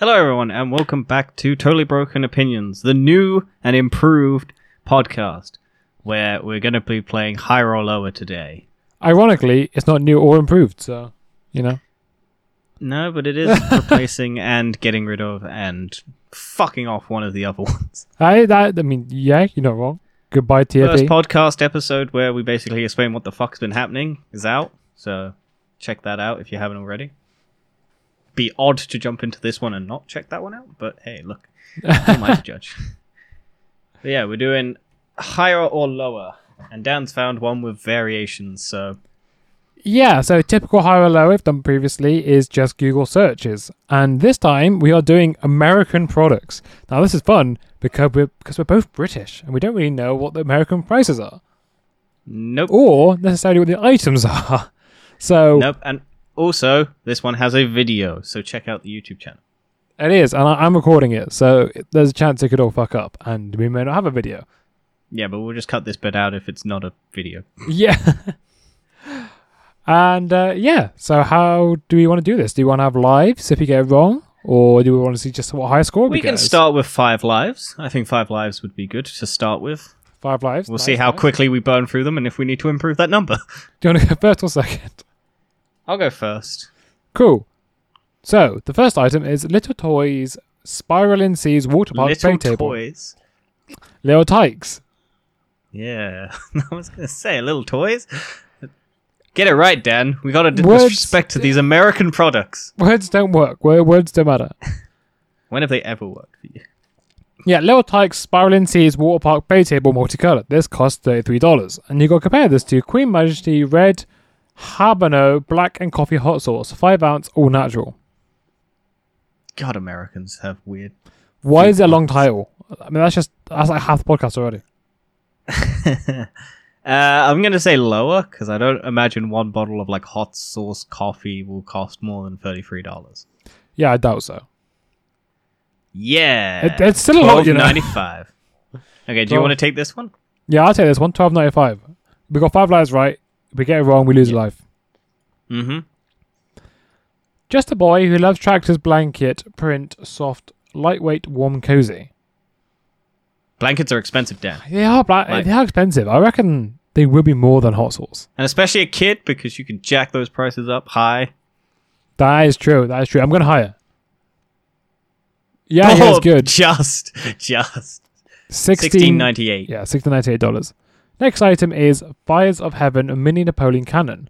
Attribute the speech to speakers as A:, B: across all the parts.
A: Hello, everyone, and welcome back to Totally Broken Opinions, the new and improved podcast, where we're going to be playing higher or lower today.
B: Ironically, it's not new or improved, so you know.
A: No, but it is replacing and getting rid of and fucking off one of the other ones.
B: I that I mean, yeah, you're not wrong. Goodbye, E.
A: First
B: TFE.
A: podcast episode where we basically explain what the fuck's been happening is out, so check that out if you haven't already. Be odd to jump into this one and not check that one out, but hey, look, who am I to judge? But yeah, we're doing higher or lower, and Dan's found one with variations, so
B: yeah, so typical high or low, if done previously, is just Google searches, and this time we are doing American products. Now this is fun because we're because we're both British and we don't really know what the American prices are
A: nope,
B: or necessarily what the items are. So
A: nope, and also this one has a video, so check out the YouTube channel.
B: it is, and I, I'm recording it, so there's a chance it could all fuck up, and we may not have a video.
A: Yeah, but we'll just cut this bit out if it's not a video.
B: Yeah. and uh, yeah, so how do we want to do this? Do you want to have lives if you get it wrong, or do we want to see just what high score
A: We can
B: gets?
A: start with five lives. I think five lives would be good to start with.
B: Five lives.
A: We'll
B: nice,
A: see how
B: nice.
A: quickly we burn through them and if we need to improve that number.
B: Do you want to go first or second?
A: I'll go first.
B: Cool. So the first item is Little Toys Spiraling Seas Water Park
A: Little
B: Play Table.
A: toys.
B: Little Tykes.
A: Yeah, I was gonna say little toys. Get it right, Dan. We gotta d-
B: Words-
A: respect to these American products.
B: Words don't work. Wo- Words don't matter.
A: When have they ever worked for you?
B: Yeah, Little Tykes Spiraling Seas Water Park Bay Table Multicolor. This costs $33. And you got to compare this to Queen Majesty Red Habano Black and Coffee Hot Sauce, 5 ounce, all natural.
A: God, Americans have weird.
B: Why is it a long title? I mean, that's just, that's like half the podcast already.
A: Uh, I'm gonna say lower because I don't imagine one bottle of like hot sauce coffee will cost more than thirty three dollars.
B: Yeah, I doubt so.
A: Yeah,
B: It- it's still a lot, you know.
A: Uh, ninety five. Okay, do you
B: Well-
A: want to take this one?
B: Yeah, I'll take this one, twelve ninety five. We got five lives right. If we get it wrong, we lose a life.
A: Mm-hmm.
B: Just a boy who loves tractors, blanket, print, soft, lightweight, warm, cozy.
A: Blankets are expensive, Dan.
B: They are, bla-
A: Right.
B: they are expensive. I reckon they will be more than hot sauce.
A: and especially a kid because you can jack those prices up high.
B: That is true. That is true. I'm going to hire. Yeah, yeah,
A: Oh,
B: it's good.
A: Just, just sixteen
B: 16
A: ninety eight.
B: Yeah, $16.98. Next item is Fires of Heaven a Mini Napoleon Cannon.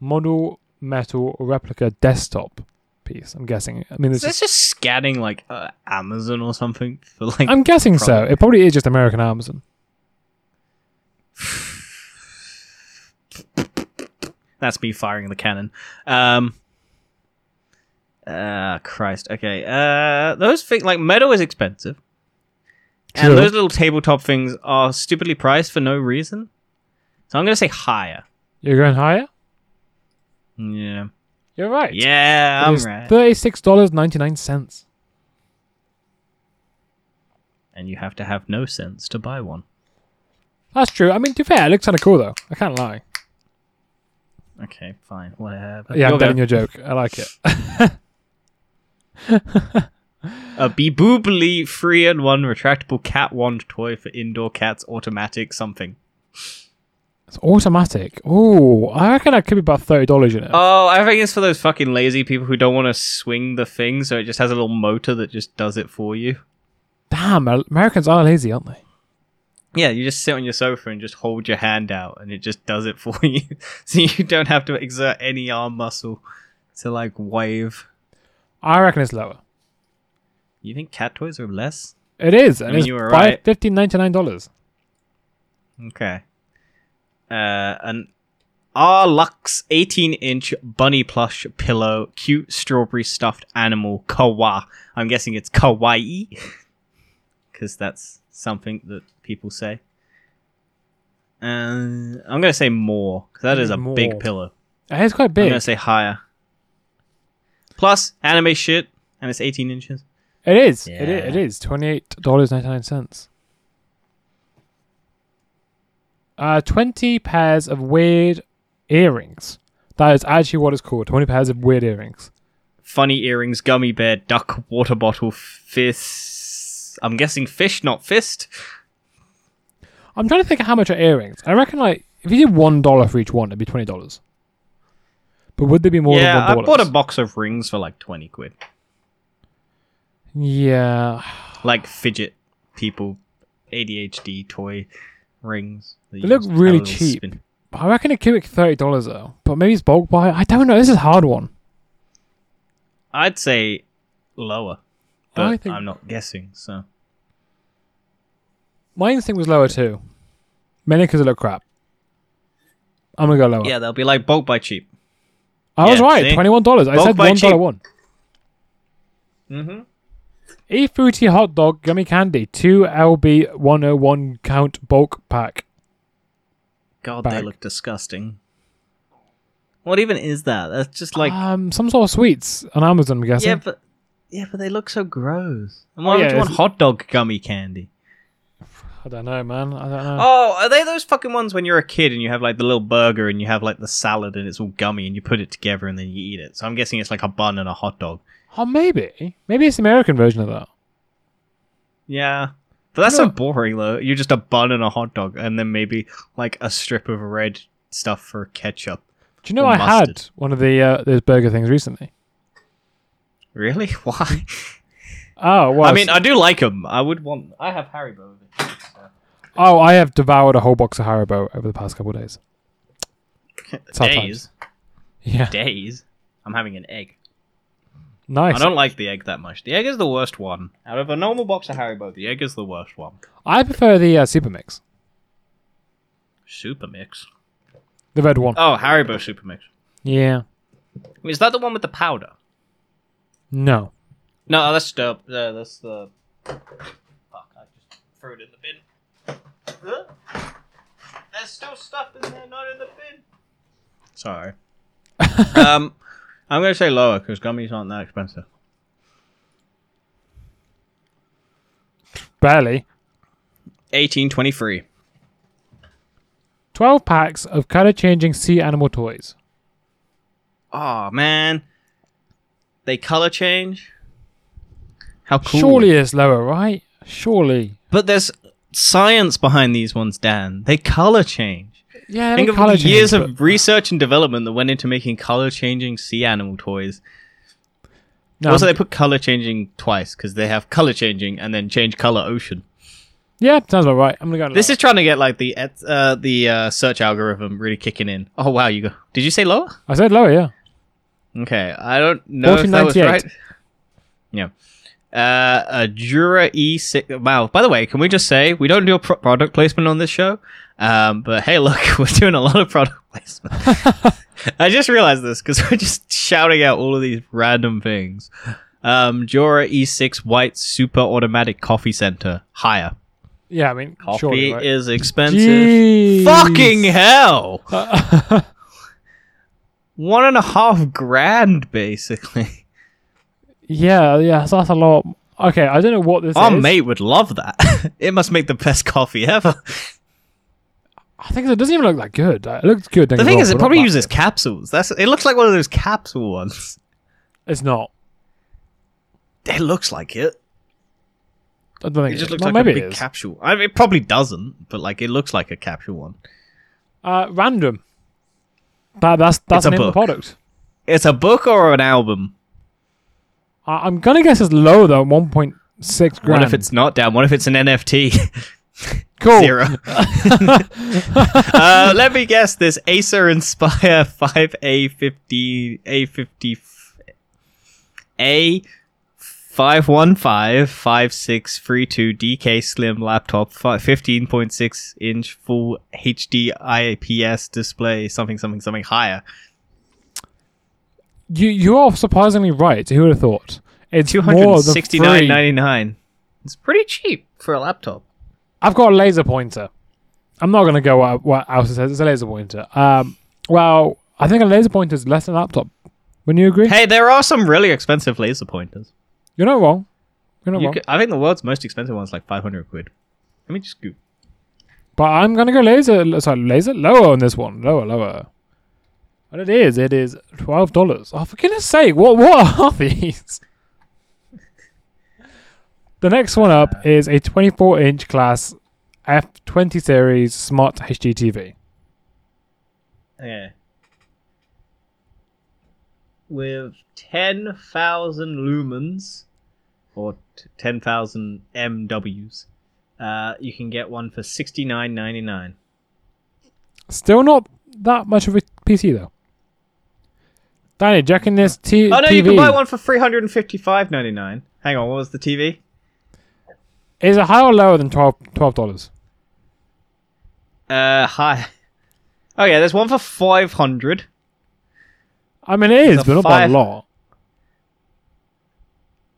B: Model metal replica desktop piece. I'm guessing. I mean, it's
A: So it's
B: just,
A: just scanning like uh, Amazon or something for like.
B: I'm guessing so.
A: Probably.
B: It probably is just American Amazon.
A: that's me firing the cannon. Um. Ah, Christ. Okay. Uh, those things like metal is expensive,
B: True.
A: and those little tabletop things are stupidly priced for no reason. So I'm gonna say higher.
B: You're going higher?
A: Yeah.
B: You're right.
A: Yeah,
B: It
A: I'm
B: is
A: right.
B: $36.99.
A: and you have to have no sense to buy one.
B: That's true. I mean, to be fair, it looks kind of cool, though. I can't lie.
A: Okay, fine, whatever.
B: Yeah,
A: You'll
B: I'm telling
A: go,
B: your joke. I like it.
A: A Beboobly uh, free and one retractable cat wand toy for indoor cats, automatic something.
B: It's automatic. Oh, I reckon that could be about $30, you know.
A: Oh, I think it's for those fucking lazy people who don't want to swing the thing, so it just has a little motor that just does it for you.
B: Damn, Al- Americans are lazy, aren't they?
A: Yeah, you just sit on your sofa and just hold your hand out, and it just does it for you, so you don't have to exert any arm muscle to like wave.
B: I reckon it's lower.
A: You think cat toys are less?
B: It is. And
A: mean,
B: it's
A: you were
B: five-
A: right.
B: $15.99.
A: Okay. Uh, an Arlux 18 inch bunny plush pillow, cute strawberry stuffed animal, kawa. I'm guessing it's kawaii. Because that's something that people say. Uh, I'm going to say more. 'cause that is a big
B: More.
A: pillow.
B: And It's quite
A: I'm
B: big.
A: going to say higher. Plus, anime shit, and it's 18 inches.
B: It is. It
A: Yeah.
B: is. It is. $28.99. Uh, 20 pairs of weird earrings. That is actually what it's called. 20 pairs of weird earrings.
A: funny earrings, gummy bear, duck, water bottle, fist. I'm guessing fish, not fist.
B: I'm trying to think of how much are earrings. I reckon like if you did one dollar for each one, it'd be twenty dollars. But would there be more
A: yeah, I
B: than one
A: bought
B: dollar?
A: a box of rings for like 20 quid.
B: yeah,
A: Like fidget people, ADHD toy rings. that
B: They
A: you
B: look
A: just have a
B: really
A: little
B: cheap.
A: spin.
B: I reckon a cubic thirty dollars though. But maybe it's bulk buy. I don't know. This is a hard one.
A: I'd say lower, but
B: I think-
A: I'm not guessing, so.
B: My instinct was lower too, mainly because it looked crap. I'm gonna go lower.
A: Yeah, they'll be like bulk by cheap.
B: I was
A: yeah,
B: right.
A: see?
B: Twenty one dollars. I
A: Bulk
B: said
A: by
B: one dollar
A: cheap.
B: one.
A: Mm-hmm.
B: E fruity hot dog gummy candy two LB one oh one count bulk pack.
A: God, they
B: Bag.
A: look disgusting. What even is that? That's just like
B: um some sort of sweets on Amazon. I'm guessing.
A: yeah, but yeah, but they look so gross. And why would
B: Oh, yeah,
A: you want
B: it's-
A: hot dog gummy candy?
B: I don't know, man. I don't know.
A: Oh, are they those fucking ones when you're a kid and you have like the little burger and you have like the salad and it's all gummy and you put it together and then you eat it? So I'm guessing it's like a bun and a hot dog.
B: Oh, maybe. Maybe it's the American version of that.
A: Yeah. But that's so
B: No.
A: boring though. You're just a bun and a hot dog and then maybe like a strip of red stuff for ketchup.
B: Do you know
A: Or
B: I
A: mustard.
B: had one of the uh, those burger things recently?
A: Really? Why?
B: Oh, well,
A: I mean, I do like them. I would want. I have Haribo. With it, so.
B: oh, I have devoured a whole box of Haribo over the past couple of days. Tough
A: days,
B: Yeah,
A: days. I'm having an egg.
B: nice.
A: I don't like the egg that much. The egg is the worst one. Out of a normal box of Haribo, the egg is the worst one.
B: I prefer the uh, super mix,
A: Super mix.
B: the red one.
A: Oh, Haribo super mix.
B: Yeah.
A: Is that the one with the powder?
B: No.
A: No, that's dope. Uh, that's the. Fuck! I just threw it in the bin. Huh? There's still stuff in there, not in the bin. Sorry. um, I'm gonna say lower because gummies aren't that expensive.
B: Barely.
A: Eighteen twenty-three.
B: 12 packs of color changing sea animal toys.
A: Oh man, they color change. How cool!
B: Surely it's lower, right? Surely.
A: but there's science behind these ones, Dan. They color change.
B: Yeah, they
A: Think
B: make
A: of
B: color
A: the years
B: change,
A: of research and development that went into making color changing sea animal toys.
B: but- no,
A: also, they put color changing twice because they have color changing and then change color ocean.
B: yeah, sounds about right. I'm gonna go.
A: This is trying to get like the et- uh, the uh, search algorithm really kicking in. Oh wow, you go. Did you say lower?
B: I said lower, yeah.
A: Okay, I don't know if that was
B: 1498.
A: right. Yeah. Uh, a Jura E6. Wow. By the way, can we just say we don't do a pro- product placement on this show? Um, but hey, look, we're doing a lot of product placement. I just realized this because we're just shouting out all of these random things. Um, Jura E6 White Super Automatic Coffee Center. Higher.
B: Yeah, I mean,
A: Coffee
B: surely, right?
A: is expensive.
B: Jeez.
A: Fucking hell! One and a half grand, basically.
B: Yeah, yeah, so that's a lot. Okay, I don't know what this
A: Our
B: is.
A: Oh, mate would love that. it must make the best coffee ever.
B: I think it doesn't even look that good. Uh, It looks good.
A: The thing is, it probably uses capsules. That's it. Looks like one of those capsule ones.
B: It's not.
A: It looks like it.
B: I don't
A: It
B: think it
A: just
B: is.
A: looks
B: Well,
A: like a
B: maybe it
A: big
B: is.
A: capsule. I mean, it probably doesn't, but like it looks like a capsule one.
B: uh, random. That, that's that's
A: a
B: the name of the
A: book.
B: product.
A: It's a book or an album.
B: I, I'm gonna guess it's low though, 1.6 grand.
A: What if it's not down? What if it's an NFT?
B: cool?
A: Zero. uh, let me guess this Acer Inspire 5A50 A50 A 5155632DK Slim laptop fi- 15.6 inch full HD IPS display something something something higher
B: you you are surprisingly right. Who would have thought? It's more than three.
A: 269.99 It's pretty cheap for a laptop.
B: I've got a laser pointer. I'm not gonna go what, what else it says. It's a laser pointer. Um, well, I think a laser pointer is less than a laptop. Wouldn't you agree?
A: Hey, there are some really expensive laser pointers.
B: You're not wrong. You're not
A: You
B: wrong.
A: could- I think the world's most expensive one's like 500 quid. Let me just go
B: But I'm gonna go laser. Sorry, laser lower on this one. Lower, lower. What it is, it is twelve dollars. Oh, for goodness sake, what what are these? the next one up is a 24-inch class F20 series smart HDTV.
A: Okay. With 10,000 lumens, or t- 10,000 MWs, uh, you can get one for sixty nine ninety nine.
B: Still not that much of a PC though. Danny, do you reckon this t-
A: Oh no,
B: TV
A: you can buy one for three hundred and fifty five ninety nine. Hang on, what was the TV?
B: is it higher or lower than 12 dollars?
A: Uh, hi. Oh yeah, there's one for five hundred.
B: I mean, it is,
A: a
B: but not by a
A: five-
B: lot.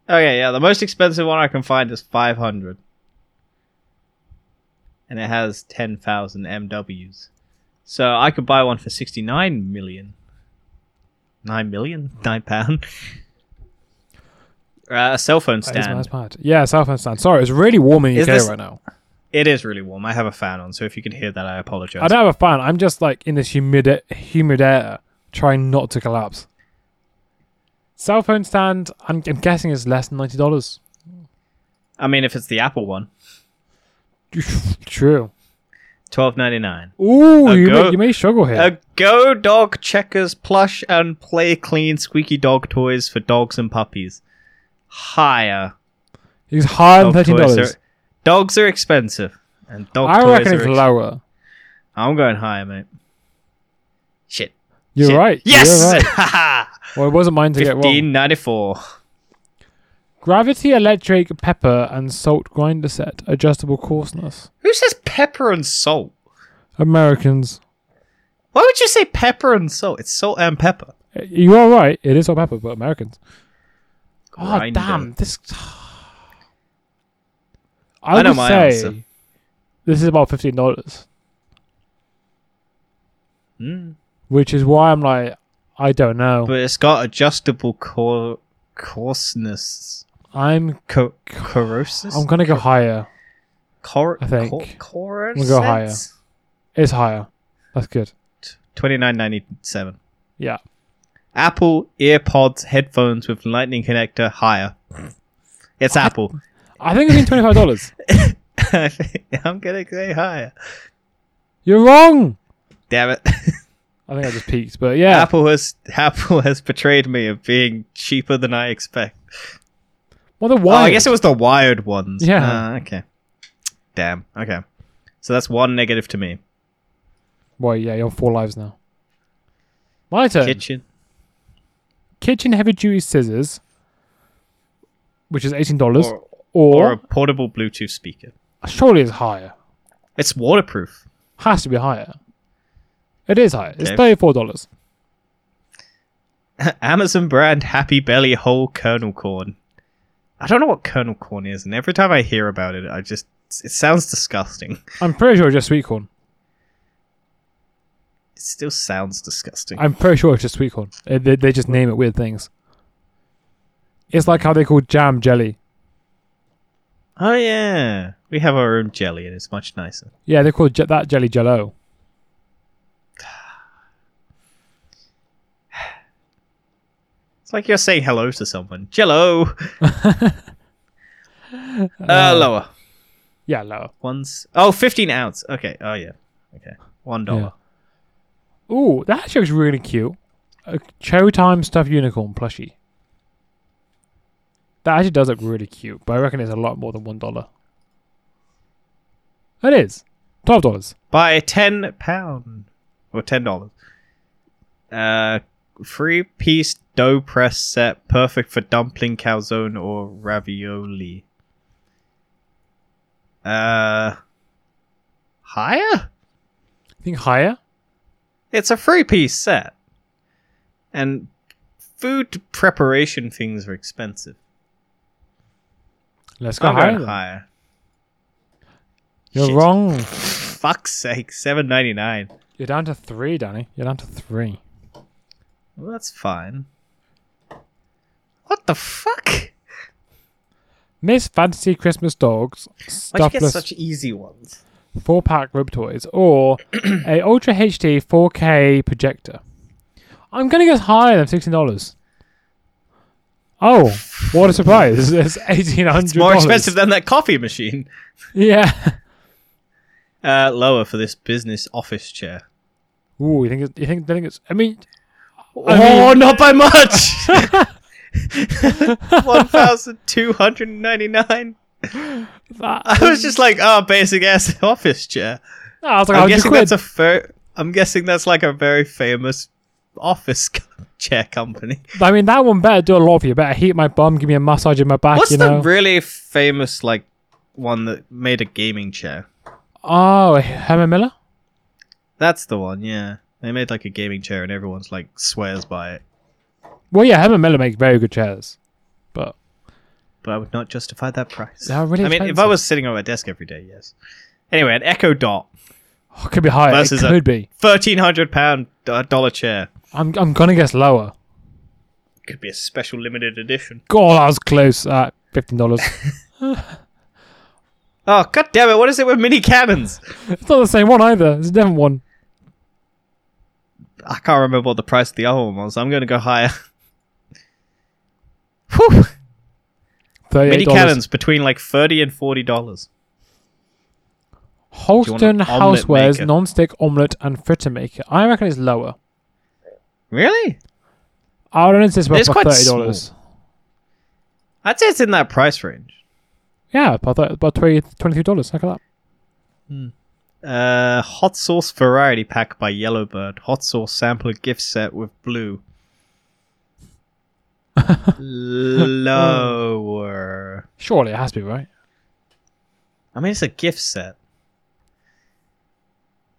A: Okay, yeah, the most expensive one I can find is 500. And it has 10,000 MWs. So I could buy one for 69 million. 9 million? 9 pound? uh, a cell phone
B: That is-
A: stand.
B: that's bad. Yeah, cell phone stand. Sorry, it's really warm in the
A: Is
B: UK
A: this-
B: right now.
A: It is really warm. I have a fan on, so if you can hear that, I apologize.
B: I don't have a fan. I'm just like in this humid humid air, trying not to collapse. Cell phone stand. I'm, I'm guessing is less than ninety dollars.
A: I mean, if it's the Apple one,
B: True.
A: 12.99.
B: Ooh,
A: A
B: you may,
A: goat-
B: you may struggle here.
A: A Go Dog Checkers plush and play clean squeaky dog toys for dogs and puppies. Higher.
B: it's higher than
A: Dog
B: thirteen
A: toys
B: dollars.
A: are- dogs are expensive, and dog
B: I
A: toys
B: reckon
A: are.
B: it's
A: ex-
B: lower.
A: I'm going higher, mate. Shit.
B: You're
A: Shit.
B: right.
A: Yes.
B: You're right.
A: Haha.
B: Well, it wasn't mine to get wrong.
A: Fifteen ninety four.
B: Gravity electric pepper and salt grinder set. Adjustable coarseness.
A: Who says pepper and salt?
B: Americans.
A: Why would you say pepper and salt? It's salt and pepper.
B: You are right. It is salt pepper, but Americans. Oh
A: Grinder.
B: damn! This.
A: I
B: I,
A: know
B: would
A: my
B: say
A: answer.
B: this is about fifteen dollars,
A: Mm.
B: which is why I'm like, I don't know.
A: But it's got adjustable cor- coarseness.
B: I'm
A: Co- corrosis?
B: I'm gonna go higher.
A: Cor-
B: I think.
A: Cor- cor-
B: We'll go higher. It's higher. That's good.
A: Twenty nine ninety seven.
B: Yeah.
A: Apple earpods headphones with lightning connector higher. It's Apple.
B: I think it's been twenty five dollars.
A: I think- I'm gonna say higher.
B: You're wrong.
A: Damn it!
B: I think I just peaked, but yeah.
A: Apple has Apple has betrayed me of being cheaper than I expect.
B: Well, the
A: Oh,
B: why?
A: I guess it was the wired ones.
B: Yeah.
A: Ah, okay. Damn. Okay. So that's one negative to me.
B: Well, yeah, you're on four lives now. My turn.
A: Kitchen.
B: Kitchen heavy duty scissors, which is eighteen dollars,
A: Or, or a
B: or,
A: portable Bluetooth speaker.
B: surely is higher.
A: It's waterproof.
B: Has to be higher. It is higher. It's
A: Okay.
B: thirty four dollars.
A: Amazon brand Happy Belly whole kernel corn. I don't know what kernel corn is, and every time I hear about it, I just it sounds disgusting.
B: I'm pretty sure it's just sweet corn.
A: It still sounds disgusting.
B: I'm pretty sure it's just sweet corn. Uh, They, they just name it weird things. It's like how they call jam jelly.
A: oh yeah, we have our own jelly, and it's much nicer.
B: Yeah, they call je- that jelly jello.
A: It's like you're saying hello to someone. Jello. uh, lower.
B: Yeah, lower.
A: One's oh, 15 ounce. Okay. Oh yeah. Okay. One dollar.
B: Ooh, that actually looks really cute. A Showtime stuffed unicorn plushie. That actually does look really cute, but I reckon it's a lot more than one dollar. It is twelve dollars.
A: Buy 10 pound or 10 dollars. Uh, three piece dough press set, perfect for dumpling, calzone, or ravioli. Uh, higher.
B: You think higher?
A: It's a three piece set. And food preparation things are expensive.
B: Let's go
A: I'm
B: higher.
A: going
B: then.
A: higher.
B: You're
A: Shit.
B: wrong.
A: Fuck's sake, seven ninety nine.
B: You're down to three, Danny. You're down to three.
A: Well, that's fine. What the fuck?
B: Miss Fantasy Christmas Dogs
A: Why'd you get
B: stuffless
A: such easy ones?
B: four pack rib toys or a Ultra HD 4K projector. I'm going to guess higher than sixteen dollars. Oh, what a surprise! It's eighteen hundred.
A: It's more expensive than that coffee machine.
B: yeah.
A: Uh, lower for this business office chair.
B: Ooh, you think it's, you think they think it's? I mean,
A: oh, not by much. One thousand two hundred ninety-nine.
B: that,
A: I was just like, oh, basic ass office chair.
B: No, I was like,
A: I'm
B: 100
A: guessing
B: quid.
A: that's a fir- I'm guessing that's like a very famous office co- chair company.
B: I mean, that one better do a lot for you. Better heat my bum, give me a massage in my back.
A: What's
B: you
A: the
B: know.
A: really famous like one that made a gaming chair?
B: oh, Herman Miller.
A: That's the one, yeah. They made like a gaming chair and everyone's like swears by it.
B: Well, yeah, Herman Miller makes very good chairs, but
A: But I would not justify that price.
B: They are really
A: I mean, if I
B: expensive.
A: was sitting on my desk every day, yes. Anyway, an Echo Dot,
B: oh, it could be higher.
A: Versus
B: it
A: a-
B: could be.
A: thirteen hundred pound uh, dollar chair,
B: I'm I'm gonna guess lower.
A: could be a special limited edition.
B: God, I was close. Uh, fifteen dollars.
A: Oh god damn it! What is it with mini cannons?
B: it's not the same one either. It's a different one.
A: I can't remember what the price of the other one was. I'm going to go higher. Whew.
B: Thirty-eight
A: Mini
B: dollars.
A: cannons between like thirty and forty dollars. Do you
B: Holston
A: want an omelette
B: Housewares
A: maker?
B: non-stick omelette and fritter maker. I reckon it's lower.
A: Really?
B: I don't know. if It's about
A: It's quite
B: thirty dollars.
A: I'd say it's in that price range.
B: Yeah, about, th- about 20, 23 dollars. Look at that.
A: Uh, hot sauce variety pack by Yellowbird. Hot sauce sampler gift set with blue. Lower.
B: Surely it has to be right.
A: I mean, it's a gift set.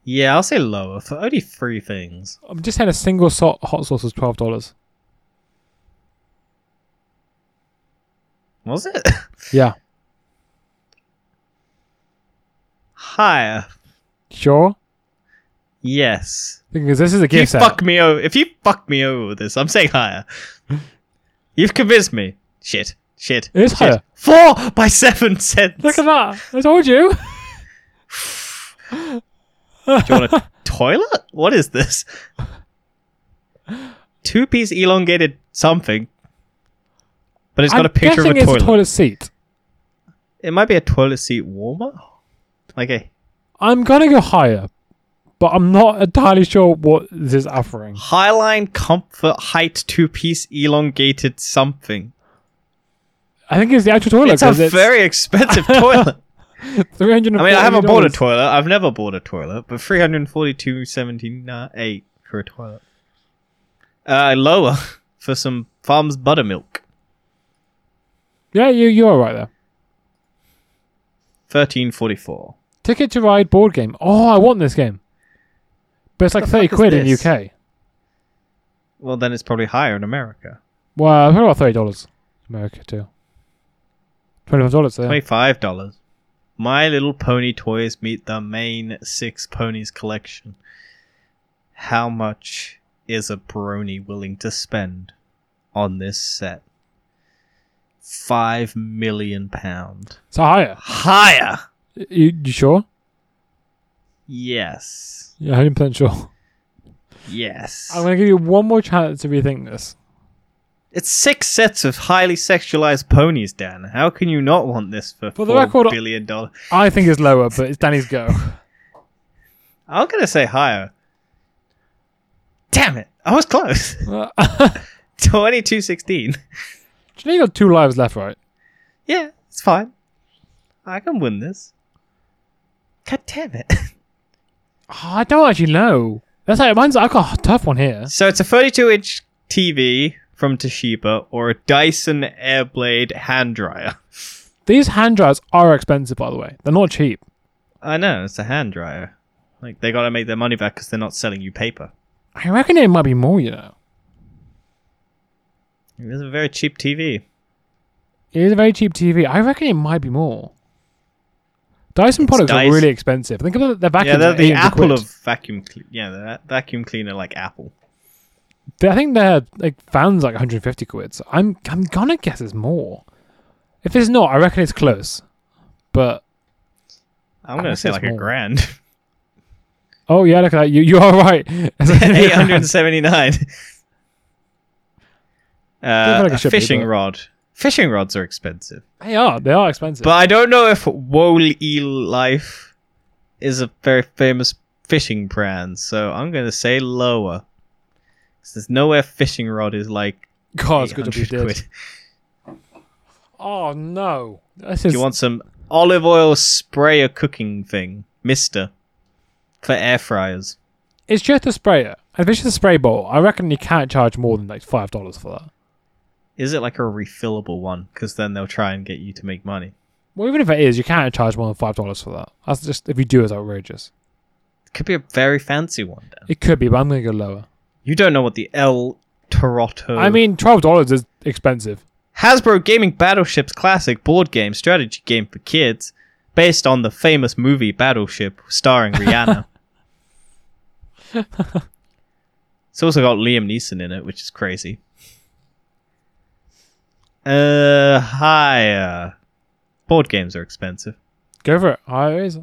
A: Yeah, I'll say lower for only three things.
B: I'm just had a single salt hot sauce was twelve dollars.
A: Was it
B: Yeah,
A: higher?
B: sure.
A: Yes.
B: Because this is a
A: If you
B: gift set.
A: fuck me over, if you fuck me over with this, I'm saying higher. You've convinced me. Shit, shit.
B: It is
A: shit.
B: higher.
A: Four by seven cents.
B: Look at that! I told you.
A: Do you want a toilet? What is this? Two piece elongated something, but it's got
B: I'm
A: a picture of
B: guessing
A: a toilet.
B: It's a toilet seat.
A: It might be a toilet seat warmer. Like a
B: I'm gonna go higher, but I'm not entirely sure what this is offering.
A: Highline Comfort Height two piece elongated something.
B: I think it's the actual toilet.
A: it's a
B: 'cause
A: very expensive toilet.
B: three hundred.
A: I mean, I haven't bought a toilet. I've never bought a toilet, but three hundred forty-two seventy-nine eight for a toilet. Uh, lower for some farm's buttermilk.
B: Yeah, you you are right there.
A: Thirteen forty-four.
B: Ticket to Ride board game. Oh, I want this game, but it's like
A: The
B: thirty
A: fuck is
B: quid in
A: this?
B: UK.
A: Well, then it's probably higher in America.
B: Well, probably about thirty dollars. America too. Twenty-five dollars there.
A: Twenty-five dollars. My Little Pony toys meet the main Six Ponies collection. How much is a brony willing to spend on this set? Five million pound.
B: It's higher.
A: Higher.
B: You, you sure?
A: Yes.
B: Yeah, hundred percent sure.
A: Yes.
B: I'm gonna give you one more chance to rethink this.
A: it's six sets of highly sexualized ponies, Dan. How can you not want this for,
B: For the
A: four
B: record, I-
A: billion dollars?
B: I think it's lower, but it's Danny's go.
A: I'm gonna say higher. Damn it! I was close.
B: Uh,
A: Twenty-two sixteen.
B: Do you know you got two lives left, right?
A: Yeah, it's fine. I can win this. God damn it!
B: Oh, I don't actually know. That's like mine's. I've got a tough one here.
A: so it's a 32-inch TV from Toshiba or a Dyson Airblade hand dryer.
B: These hand dryers are expensive, by the way. They're not cheap.
A: I know it's a hand dryer. Like they gotta make their money back because they're not selling you paper.
B: I reckon it might be more. You know,
A: It is a very cheap TV.
B: it is a very cheap TV. I reckon it might be more. Dyson products
A: Dyson.
B: are really expensive. Think about the vacuum.
A: yeah, they're the Apple of vacuum. Cle- yeah, they're that vacuum cleaner like Apple.
B: I think their like fans like 150 quid. So I'm I'm gonna guess it's more. If it's not, I reckon it's close. But
A: I'm
B: I
A: gonna
B: think
A: say
B: it's
A: like a
B: more.
A: grand.
B: oh yeah, look at that. You you are right. It's like-
A: Eight hundred and seventy-nine. Uh,
B: like it
A: a
B: should be,
A: fishing
B: but-
A: rod. Fishing rods are expensive,
B: They are. They are expensive.
A: but I don't know if Woolly Life is a very famous fishing brand, so I'm gonna say lower. 'Cause there's nowhere fishing rod is like
B: God, it's
A: eight
B: good to be
A: hundred
B: dead.
A: quid.
B: Oh no. This
A: Do
B: is
A: you want some olive oil sprayer cooking thing, Mister, for air fryers?
B: it's just a sprayer. And if it's just a spray bottle, I reckon you can't charge more than like five dollars for that.
A: Is it like a refillable one? Because then they'll try and get you to make money.
B: Well, even if it is, you can't charge more than five dollars for that. That's just if you do, it's outrageous.
A: Could be a very fancy one. Dan.
B: It could be, but I'm gonna go lower.
A: You don't know what the El Torotto.
B: I mean, twelve dollars is expensive.
A: Hasbro Gaming Battleship's classic board game strategy game for kids, based on the famous movie Battleship, starring Rihanna. it's also got Liam Neeson in it, which is crazy. Uh, higher. Board games are expensive.
B: Go for it. Higher is.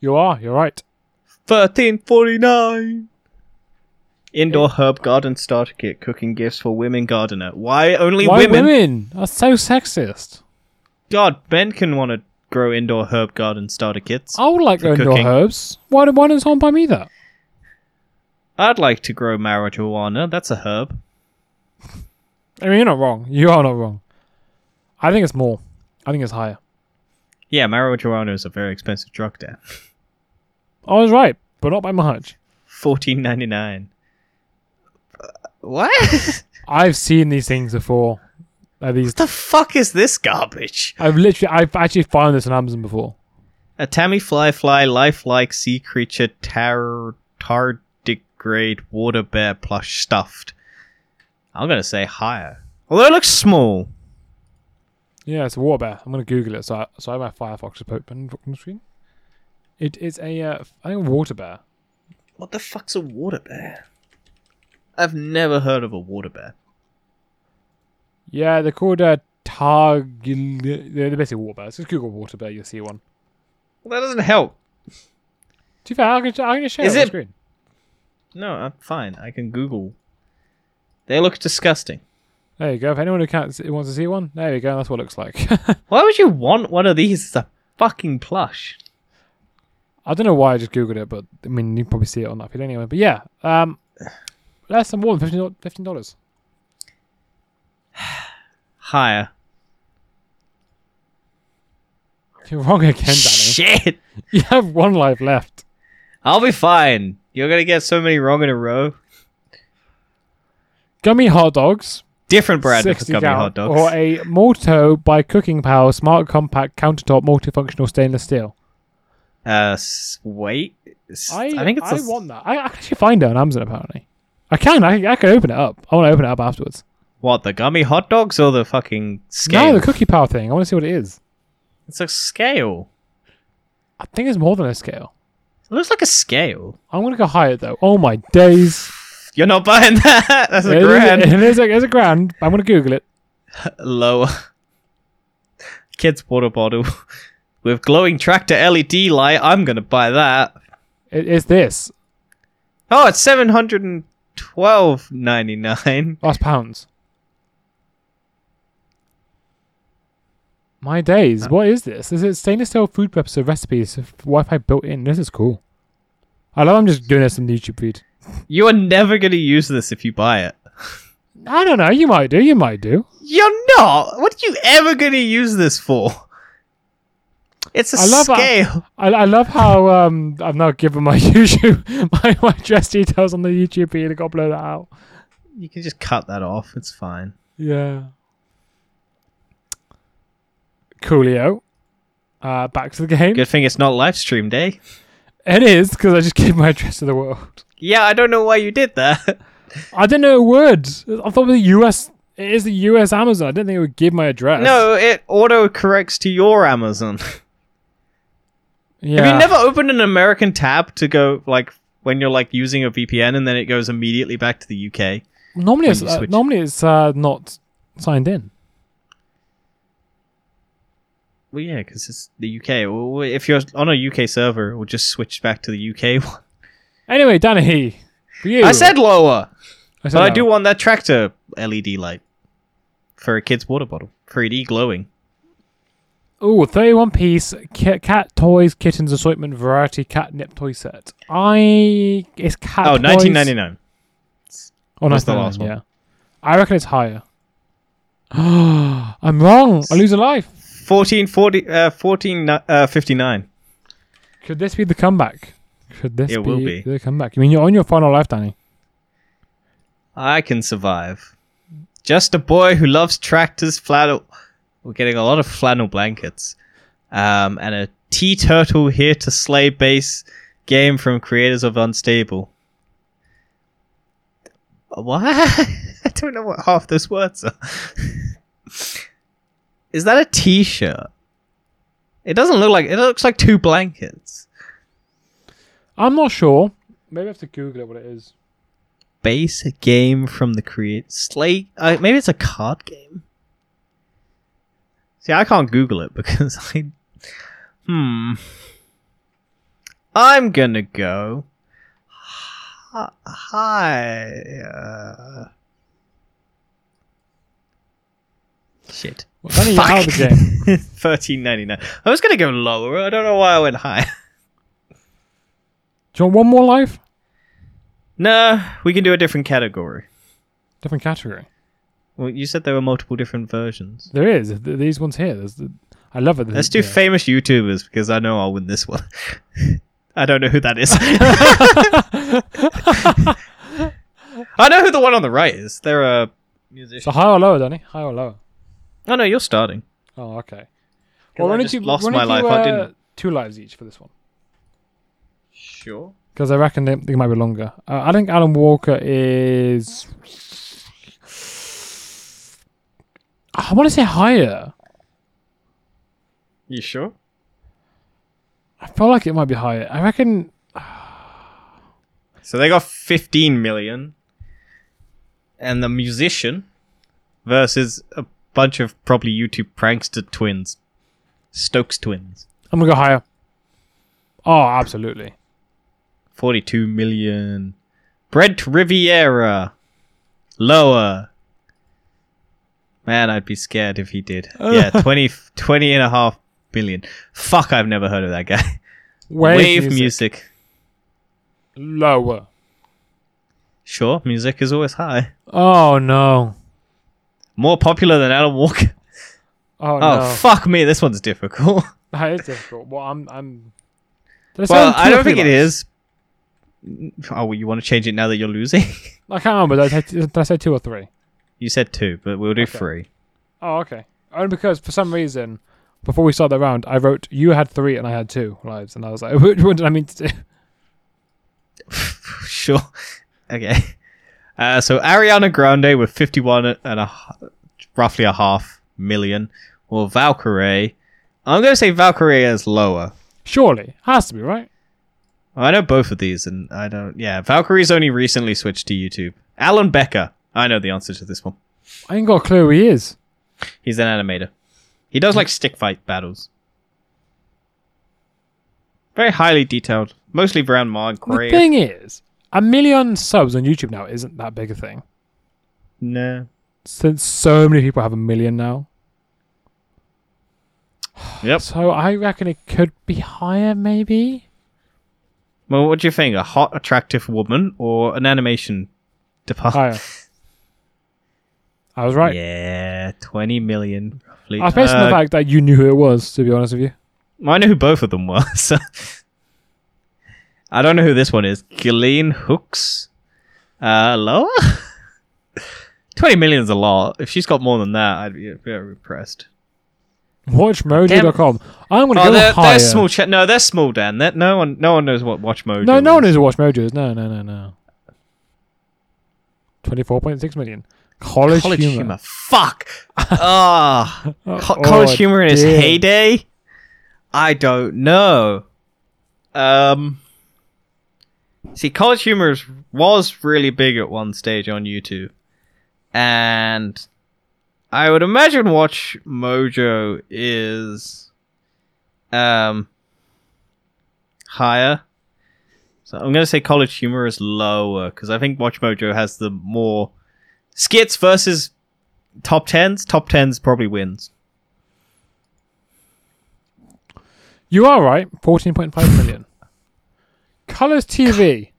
B: You are. You're right.
A: Thirteen forty nine. Indoor herb garden starter kit, cooking gifts for women gardener. Why only
B: Why
A: women?
B: women? That's so sexist.
A: God, men can want to grow indoor herb garden starter kits.
B: I would like
A: For
B: indoor
A: cooking.
B: herbs. Why? do- Why does someone buy me that?
A: I'd like to grow marijuana. That's a herb.
B: I mean, you're not wrong. You are not wrong. I think it's more. I think it's higher.
A: Yeah, marijuana is a very expensive drug, Dan.
B: I was right, but not by much.
A: Fourteen ninety nine. What?
B: I've seen these things before. Like these,
A: the fuck is this garbage?
B: I've literally, I've actually found this on Amazon before.
A: A Tammy fly fly lifelike sea creature tar tardigrade water bear plush stuffed. I'm gonna say higher. Although it looks small.
B: Yeah, it's a water bear. I'm gonna Google it. So, I, so I have my Firefox up open on the screen. It is a, uh, I think a water bear.
A: What the fuck's a water bear? I've never heard of a water bear.
B: Yeah, they're called uh, Targil. They're they're basically water bears. Just Google water bear, you'll see one.
A: Well, that doesn't help.
B: Too fair, I'm gonna, I'm gonna share
A: Is
B: it on
A: it-
B: screen.
A: No, I'm fine. I can Google. They look disgusting.
B: There you go. If anyone who can't see, wants to see one, there you go. That's what it looks like.
A: Why would you want one of these as a fucking plush?
B: I don't know why I just googled it, but I mean you can probably see it on that feed anyway. But yeah, um, less than more than fifteen fifteen dollars.
A: Higher.
B: You're wrong again, Danny.
A: Shit.
B: you have one life left.
A: I'll be fine. You're gonna get so many wrong in a row.
B: Gummy hot dogs,
A: Different brand of
B: sixty
A: gummy
B: count,
A: hot dogs.
B: or a Morto by Cooking Power Smart Compact Countertop Multifunctional Stainless Steel.
A: uh, s- wait. S-
B: I,
A: I think it's.
B: I
A: a s-
B: want that. I, I can actually find it on Amazon apparently. I can. I, I can open it up. I want to open it up afterwards.
A: What the gummy hot dogs or the fucking
B: No,
A: scale?
B: the Cookie Power thing. I want to see what it is.
A: it's a scale.
B: I think it's more than a scale.
A: It looks like a scale.
B: I'm gonna go higher though. Oh my days.
A: You're not buying that. That's a
B: It is
A: grand.
B: it is a, it's a grand. I'm gonna Google it.
A: lower. Kids water bottle with glowing tractor LED light. I'm gonna buy that.
B: It is this.
A: Oh, it's seven hundred and twelve ninety nine.
B: That's pounds. My days. What is this? This is stainless steel food preps so recipes with Wi-Fi built in. This is cool. I love. I'm just doing this on the YouTube feed.
A: You are never gonna use this if you buy it.
B: I don't know. You might do. You might do.
A: You're not. What are you ever gonna use this for? It's a
B: I love how-
A: scale.
B: I, I love how um I've now given my YouTube my, my address details on the YouTube feed. I got blow that out.
A: You can just cut that off. It's fine.
B: Yeah. Coolio. Uh, back to the game.
A: Good thing it's not live eh? stream day.
B: It is because I just gave my address to the world.
A: Yeah, I don't know why you did that.
B: I didn't know it would. I thought it was the U.S. It is the U.S. Amazon. I didn't think it would give my address.
A: no, it auto corrects to your Amazon.
B: Yeah.
A: Have you never opened an American tab to go like when you're like using a VPN and then it goes immediately back to the UK?
B: Normally, it's
A: you
B: uh,
A: switch?
B: normally it's uh, not signed in.
A: Well, yeah, because it's the UK. Well, if you're on a UK server, it will just switch back to the UK one.
B: Anyway, Danny, for you.
A: I said lower,
B: I said
A: but I
B: no.
A: do want that tractor LED E light. for a kid's water bottle. 3D glowing.
B: Ooh, 31 piece ki- cat toys, kittens assortment variety catnip toy set. I. It's cat
A: oh,
B: toys.
A: 1999.
B: Oh,
A: was the
B: 1999,
A: last one.
B: Yeah. I reckon it's higher. I'm wrong. I lose a life.
A: 1440 uh 14 uh 59.
B: Could this be the comeback? Could this
A: It
B: be,
A: will be.
B: the comeback? I mean, you're on your final life, Danny.
A: I can survive. Just a boy who loves tractors, flannel. We're getting a lot of flannel blankets. Um, and a tea turtle here to slay base game from creators of Unstable. What? I don't know what half those words are. Is that a t shirt? It doesn't look like it looks like two blankets.
B: I'm not sure. Maybe I have to Google it what it is.
A: Base game from the create slay uh, maybe it's a card game. See, I can't Google it because I. Hmm. I'm gonna go. Hi. hi- uh, Shit.
B: Well, Danny, you're out of the game.
A: Thirteen ninety nine. I was gonna go lower. I don't know why I went high.
B: Do you want one more life?
A: no, we can do a different category.
B: Different category.
A: Well, you said there were multiple different versions.
B: There is. Th- These ones here. There's the, I love it.
A: Let's do
B: Yeah.
A: famous YouTubers because I know I'll win this one. I don't know who that is. I know who the one on the right is. They're a
B: So
A: musician.
B: higher or lower, Danny? Higher or lower?
A: Oh no, you're starting.
B: Oh, okay.
A: 'Cause I
B: why don't
A: just lost my
B: do,
A: life, I didn't.
B: Two lives each for this one.
A: Sure.
B: Because I reckon they, they might be longer. Uh, I think Alan Walker is. I want to say higher.
A: You sure?
B: I feel like it might be higher. I reckon.
A: So they got 15 million, and the musician versus a bunch of probably YouTube prankster twins, Stokes twins.
B: I'm going to go higher. Oh, absolutely.
A: 42 million. Brent Riviera. Lower. Man, I'd be scared if he did. Yeah, 20, 20 and a half billion. Fuck, I've never heard of that guy.
B: Wave, music. Lower.
A: Sure, music is always high.
B: Oh, no.
A: More popular than Alan Walker.
B: Oh,
A: Oh,
B: no.
A: fuck me, this one's difficult.
B: that is difficult. Well, I'm. I'm... Did say
A: well,
B: I'm two
A: I
B: or
A: don't
B: three
A: think it
B: lives?
A: is. Oh, well, you want to change it now that you're losing?
B: I can't remember. Did I, say- did I say two or three?
A: you said two, but we'll do
B: Okay.
A: three.
B: Oh, okay. Only because for some reason, before we start the round, I wrote you had three and I had two lives, and I was like, which one did I mean to do?
A: sure. Okay. Uh, so Ariana Grande with 51 and a, h- roughly a half million, or Valkyrie. I'm going to say Valkyrie is lower.
B: Surely has to be right.
A: I know both of these, and I don't. Yeah, Valkyrie's only recently switched to YouTube. Alan Becker. I know the answer to this one.
B: I ain't got a clue who he is.
A: He's an animator. He does like stick fight battles. Very highly detailed, mostly brown marred grey.
B: The thing is, a million subs on YouTube now isn't that big a thing.
A: no.
B: Since so many people have a million now,
A: Yep.
B: so I reckon it could be higher, maybe.
A: Well, what do you think? A hot, attractive woman or an animation department?
B: Higher. I was right.
A: Yeah, 20 million, roughly.
B: I was based on the
A: Uh,
B: fact that you knew who it was. To be honest with you,
A: I know who both of them were, so. I don't know who this one is. Gilleen Hooks? Uh, lower? 20 million is a lot. If she's got more than that, I'd be very impressed.
B: WatchMojo.com. I'm gonna
A: Oh,
B: go
A: they're,
B: higher.
A: they're small. Cha- no, they're small, Dan. That no one, no one knows what Watch Mojo.
B: No, no one
A: is.
B: is a Watch Mojo's. No, no, no, no. Twenty-four point six million. College,
A: College
B: humor.
A: humor. Fuck. Ah,
B: Oh,
A: Co- college
B: oh,
A: humor in its
B: dear.
A: heyday. I don't know. Um, see, college humor is, was really big at one stage on YouTube, and I would imagine Watch Mojo is um higher. So I'm gonna say college humor is lower because I think Watch Mojo has the more skits versus top tens, top tens probably wins.
B: You are right. 14.5 million. Colors TV.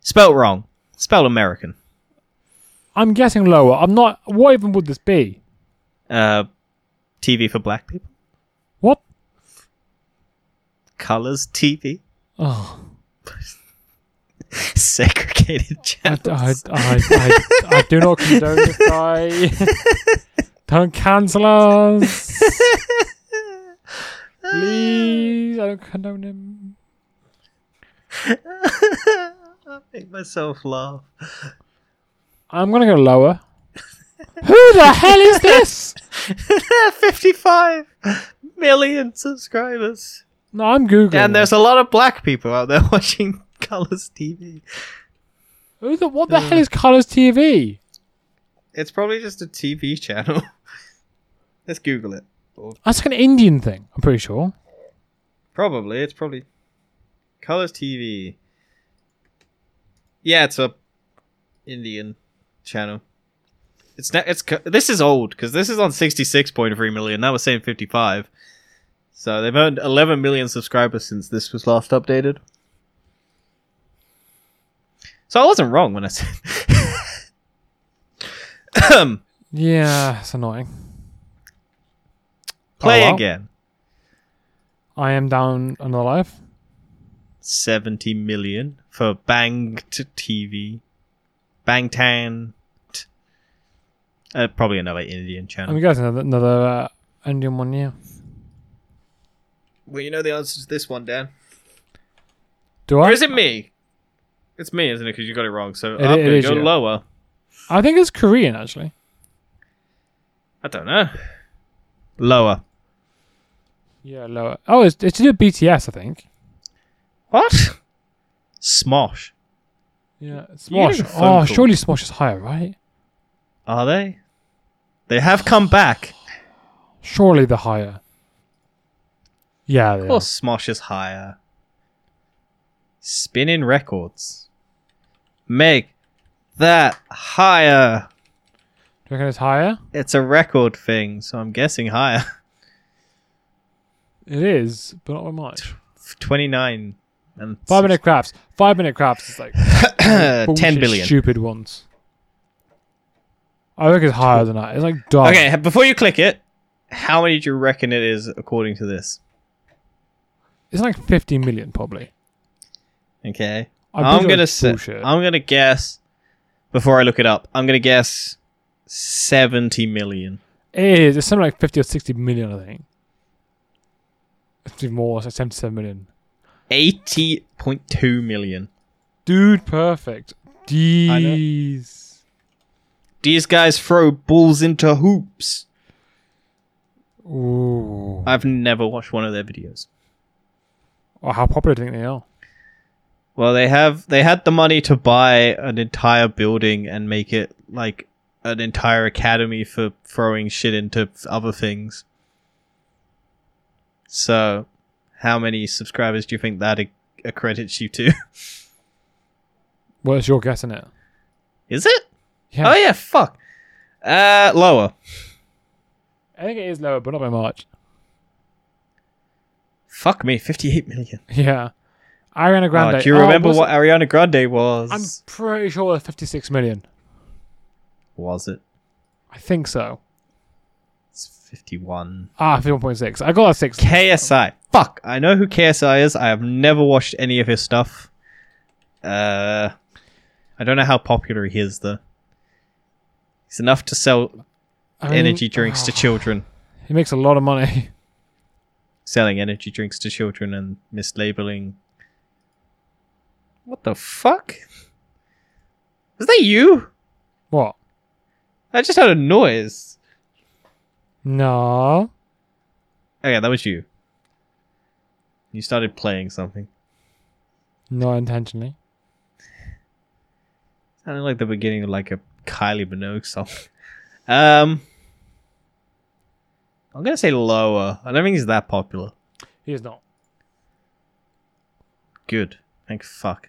A: Spelt wrong. Spelled American.
B: I'm guessing lower. I'm not. What even would this be?
A: Uh, TV for black people.
B: What?
A: Colors TV.
B: Oh,
A: Segregated
B: I,
A: channels.
B: I, I, I, I do not condone this guy. don't cancel us. Please, I don't condone him.
A: I make myself laugh.
B: I'm gonna go lower. Who the hell is this?
A: 55 million subscribers.
B: No, I'm googling.
A: And there's a lot of black people out there watching Colors TV.
B: Who the, what the hell is Colors TV?
A: It's probably just a TV channel. Let's Google it.
B: That's like an Indian thing. I'm pretty sure.
A: Probably. It's probably Colors TV. Yeah, it's a Indian channel. It's not, it's co- this is old because this is on 66.3 million. That was saying 55. So they've earned 11 million subscribers since this was last updated. So I wasn't wrong when I said. Ahem.
B: Yeah, it's annoying.
A: Play
B: Oh, well.
A: again.
B: I am down another life.
A: 70 million for Banged TV. Bangtan. t- Uh, probably another Indian channel.
B: I'm guessing another, another uh, Indian one. Yeah.
A: well, you know the answer to this one, Dan.
B: Do
A: Or
B: I?
A: is it me? It's me, isn't it? Because you got it wrong. So
B: It-
A: I'm
B: it
A: going to
B: is
A: go
B: you.
A: lower.
B: I think it's Korean actually.
A: I don't know. Lower.
B: Yeah, lower. Oh, it's it's to do with BTS, I think.
A: What? Smosh.
B: Yeah,
A: You
B: Smosh.
A: get a phone
B: Oh,
A: call.
B: surely Smosh is higher, right?
A: Are they? They have come back.
B: Surely the higher. Yeah, they
A: Of
B: are.
A: course, Smosh is higher. Spinning records. Make that higher.
B: Do you reckon it's higher?
A: It's a record thing, so I'm guessing higher.
B: It is, but not by much.
A: 29 and
B: Five minute crafts. Five minute crafts is like
A: minute, 10
B: bullshit,
A: Uh, billion.
B: stupid ones. I think it's higher than that. It's like dumb.
A: Okay, before you click it, how many do you reckon it is according to this?
B: It's like 50 million, probably.
A: Okay.
B: I'm
A: I'm
B: pretty
A: gonna
B: sure
A: say,
B: it's bullshit.
A: I'm gonna guess before I look it up. I'm gonna guess 70 million.
B: It is. It's something like 50 or 60 million, I think. It's even more. It's like 77 million.
A: 80.2 million.
B: Dude, perfect.
A: I know.
B: Jeez.
A: These guys throw balls into hoops.
B: Ooh.
A: I've never watched one of their videos.
B: Oh, how popular do you think they are?
A: Well, they have they had the money to buy an entire building and make it like an entire academy for throwing shit into f- other things. So, how many subscribers do you think that acc- accredits you to?
B: Well, it's your guess, is it?
A: Is it?
B: Yeah.
A: Oh yeah, fuck. Uh, lower.
B: I think it is lower, but not by much.
A: Fuck me, fifty-eight million.
B: Yeah. Ariana Grande.
A: Oh, do you
B: Oh,
A: remember
B: was
A: what
B: it-
A: Ariana Grande was?
B: I'm pretty sure it's 56 million.
A: Was it?
B: I think so.
A: It's fifty-one.
B: Ah, 51.6. I got a 6.
A: KSI. Fuck. I know who KSI is. I have never watched any of his stuff. Uh, I don't know how popular he is though. He's enough to sell
B: I mean,
A: energy drinks to children.
B: He makes a lot of money.
A: Selling energy drinks to children and mislabeling. What the fuck? Is that you?
B: What?
A: I just heard a noise.
B: No.
A: Okay, that was you. You started playing something.
B: Not intentionally.
A: Sounded like the beginning of like a Kylie Minogue song. Um, I'm gonna say lower. I don't think he's that popular.
B: He is not.
A: Good. Thank fuck.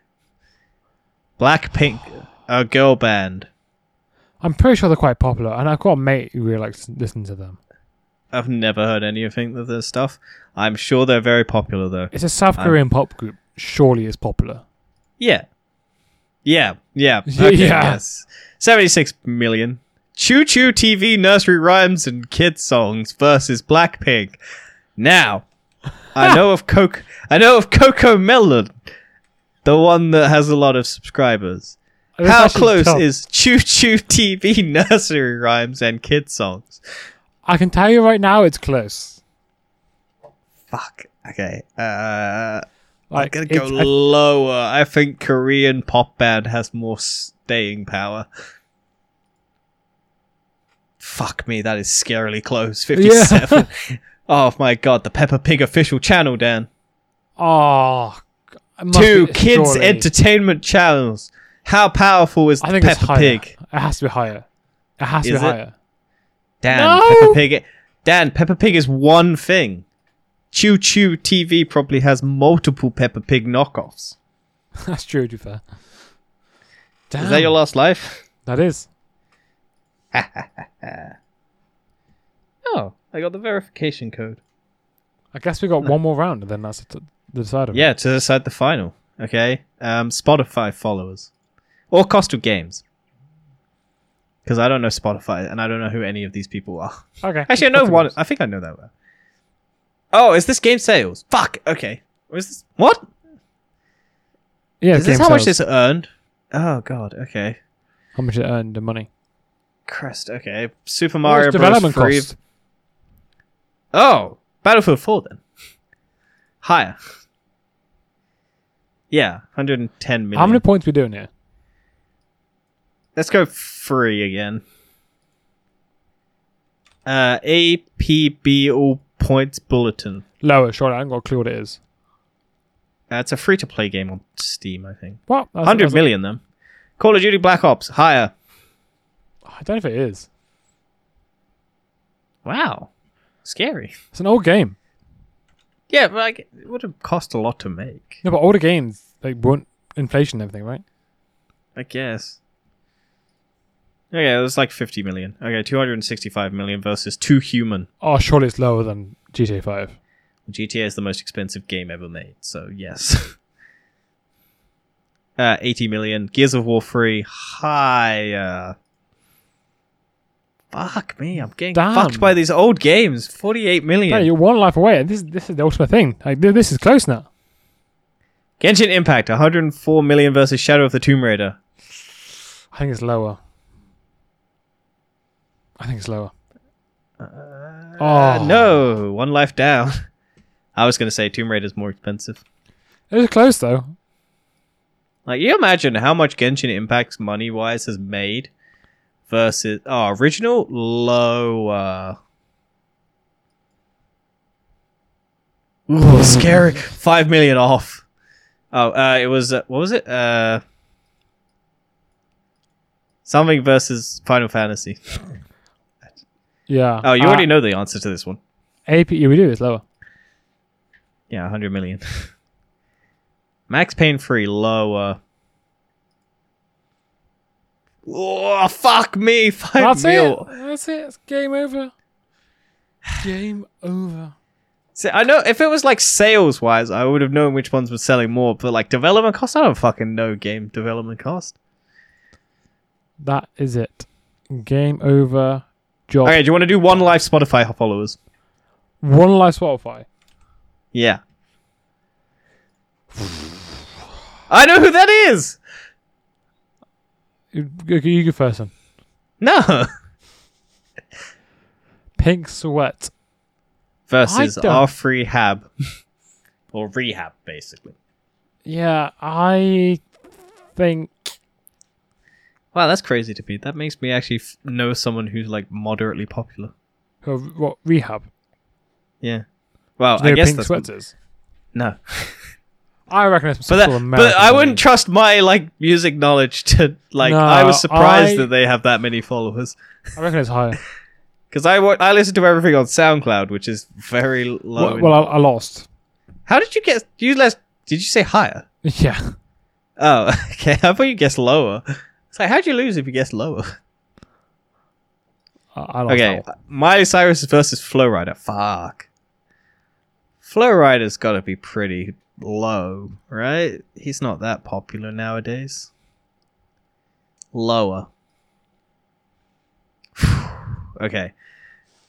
A: Blackpink, a girl band.
B: I'm pretty sure they're quite popular, and I've got a mate who really likes to listen to them.
A: I've never heard anything of their stuff. I'm sure they're very popular though.
B: It's a South
A: Um,
B: Korean pop group. Surely is popular.
A: Yeah. Yeah. Yeah.
B: Yeah.
A: Okay, Yes. 76 million. Choo Choo TV nursery rhymes and kids songs versus Blackpink. Now, I know of Coke. I know of Coco Melon, the one that has a lot of subscribers.
B: It's
A: How
B: actually
A: close
B: tough.
A: is Choo Choo TV nursery rhymes and kids songs?
B: I can tell you right now, it's close.
A: Fuck. Okay. Uh,
B: Like,
A: I'm gonna go
B: it's- I-
A: lower. I think Korean pop band has more staying power. Fuck me, that is scarily close. Fifty-seven. oh my god, the Peppa Pig official channel, Dan.
B: Oh, g- it must
A: Two
B: be-
A: kids
B: surely.
A: entertainment channels. How powerful is
B: I think it's
A: Peppa
B: higher.
A: Pig?
B: It has to be higher. It has to
A: Is
B: be
A: it?
B: higher.
A: Dan,
B: No!
A: Peppa Pig. Dan, Peppa Pig is one thing. Choo Choo TV probably has multiple Peppa Pig knockoffs.
B: That's true. To be fair. Damn.
A: Is that your last life?
B: that is.
A: Oh, I got the verification code.
B: I guess we got one more round, and then that's the the decider.
A: Yeah, to decide the final. Okay. Um, Spotify followers. Or cost of games. Because I don't know Spotify and I don't know who any of these people are.
B: Okay.
A: Actually, I know
B: Nothing
A: one.
B: else.
A: I think I know that one. Oh, is this game sales? Fuck. Okay. What is this? What?
B: Yeah.
A: Is this
B: game
A: how much
B: sales.
A: this earned? Oh, God. Okay.
B: How much it earned the money?
A: Crest. Okay. Super
B: How much
A: Mario Bros.
B: development
A: Free.
B: cost?
A: Oh, Battlefield 4 then. Higher. Yeah, 110 million.
B: How many points we doing here?
A: Let's go free again. Uh, APB all points bulletin.
B: Lower. Surely I haven't got a clue what it is.
A: Uh, it's a free to play game on Steam, I think.
B: What? That's-
A: Hundred
B: that's-
A: million then. Call of Duty Black Ops higher.
B: I don't know if it is.
A: Wow, scary.
B: It's an old game.
A: Yeah, but like it would have cost a lot to make.
B: No, but older games they weren't inflation and everything, right?
A: I guess. Okay, it was like fifty million. Okay, two hundred and sixty-five million versus two human.
B: Oh, surely it's lower than GTA Five.
A: GTA is the most expensive game ever made, so yes. uh, 80 million. Gears of War 3, higher. Fuck me, I'm getting
B: Damn.
A: fucked by these old games. 48
B: Yeah,
A: million.
B: you're one life away. This this is the ultimate thing. Like th- this is close now.
A: Genshin Impact, 104 million versus Shadow of the Tomb Raider.
B: I think it's lower. I think it's lower.
A: Uh,
B: oh
A: No, one life down. I was going to say Tomb Raider's more expensive.
B: it was close though.
A: Like, you imagine how much Genshin Impact's money wise has made versus. Oh, original? Lower. Ooh, scary. Five million off. Oh, uh, it was. Uh, what was it? Uh, something versus Final Fantasy.
B: Yeah.
A: Oh, you already
B: Uh,
A: know the answer to this one.
B: AP. Yeah, we do. It's lower.
A: Yeah, 100 million. Max Payne free lower. Oh, fuck me. Five
B: That's
A: mil.
B: it. That's it. It's game over. Game over.
A: See, I know if it was like sales wise, I would have known which ones were selling more, but like development cost, I don't fucking know game development cost.
B: That is it. Game over. Job.
A: Okay, do you want to do one live Spotify followers?
B: One life Spotify.
A: Yeah. I know who that is.
B: You, you, you go first. Then.
A: No.
B: Pink sweat.
A: Versus
B: don't-
A: our free hab or rehab, basically.
B: Yeah, I think
A: Wow, that's crazy to me. That makes me actually f- know someone who's like moderately popular.
B: uh, what rehab.
A: Yeah. Well,
B: Do you
A: I
B: know
A: guess
B: pink
A: that's
B: sweats is?
A: no.
B: I reckon it's
A: But
B: some
A: that,
B: sort of
A: but I
B: American
A: wouldn't trust my like music knowledge to like.
B: No,
A: I was surprised
B: I-
A: that they have that many followers
B: thing. I reckon it's higher.
A: because I wa- I listen to everything on SoundCloud, which is very low.
B: well,
A: in-
B: well I, I lost.
A: how did you guess? You less? Did you say higher?
B: Yeah,
A: Oh, okay. I thought you guessed lower. It's like how'd you lose if you guessed lower?
B: I, I lost
A: Okay,
B: that
A: Miley Cyrus versus Flow Rider. Fuck. Flow Rider's got to be pretty low, right? He's not that popular nowadays. Lower. okay.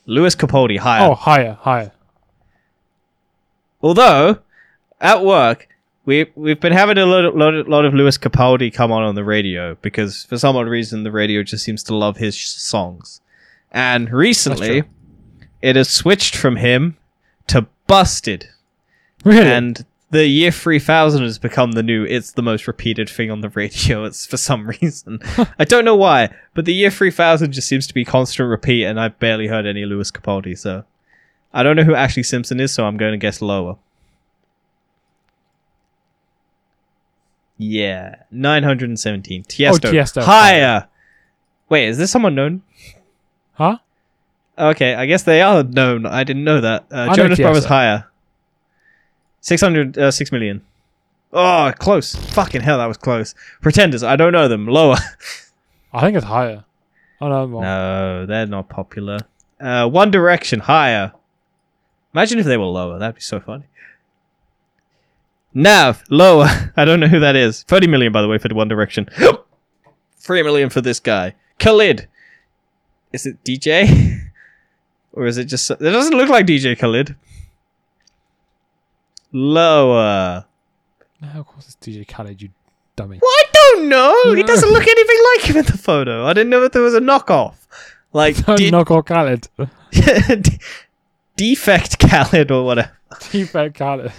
A: Lewis Capaldi
B: one.
A: higher.
B: Oh, higher, higher.
A: Although, at work, we we've been having a lot of, lot, of, lot of Lewis Capaldi come on on the radio because for some odd reason the radio just seems to love his sh- songs. And recently,
B: true.
A: it has switched from him to Busted,
B: Really?
A: and the year three thousand has become the new. It's the most repeated thing on the radio. It's for some reason I don't know why, but the year three thousand just seems to be constant repeat, and I've barely heard any Lewis Capaldi. So I don't know who Ashley Simpson is, so I'm going to guess lower. Yeah, nine hundred and seventeen. Tiesto,
B: Oh, Tiesto.
A: higher. Wait, is this someone known?
B: huh?
A: Okay, I guess they are known. I didn't know that. Uh,
B: know
A: Jonas Brothers
B: Tiesto.
A: higher. 600, uh, 6 million. Oh, close. Fucking hell, that was close. Pretenders, I don't know them. Lower.
B: I think it's higher. Oh no, I'm wrong.
A: no, they're not popular. Uh, One Direction, higher. Imagine if they were lower. That'd be so funny. Nav, lower. I don't know who that is. 30 million, by the way, for One Direction. 3 million for this guy. Khalid. Is it DJ? or is it just. It doesn't look like DJ Khalid. Lower.
B: No, of course it's DJ Khaled, you dummy.
A: Well, I don't know. He
B: No.
A: doesn't look anything like him in the photo. I didn't know if there was a knockoff. Like,
B: Don't
A: did,
B: knock off Khaled.
A: De- defect Khaled or whatever.
B: Defect Khaled.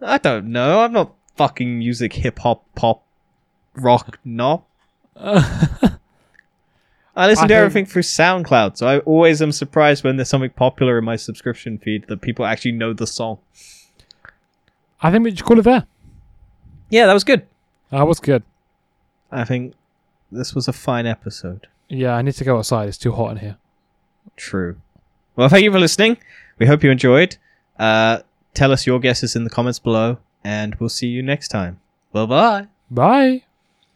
A: I don't know. I'm not fucking music, hip hop, pop, rock, no. I listen
B: I
A: to
B: think-
A: everything through SoundCloud, so I always am surprised when there's something popular in my subscription feed that people actually know the song.
B: I think we should call it there.
A: Yeah, that was good.
B: That was good.
A: I think this was a fine episode.
B: Yeah, I need to go outside. It's too hot in here.
A: True. Well, thank you for listening. We hope you enjoyed. Uh, tell us your guesses in the comments below, and we'll see you next time. Bye bye.
B: Bye.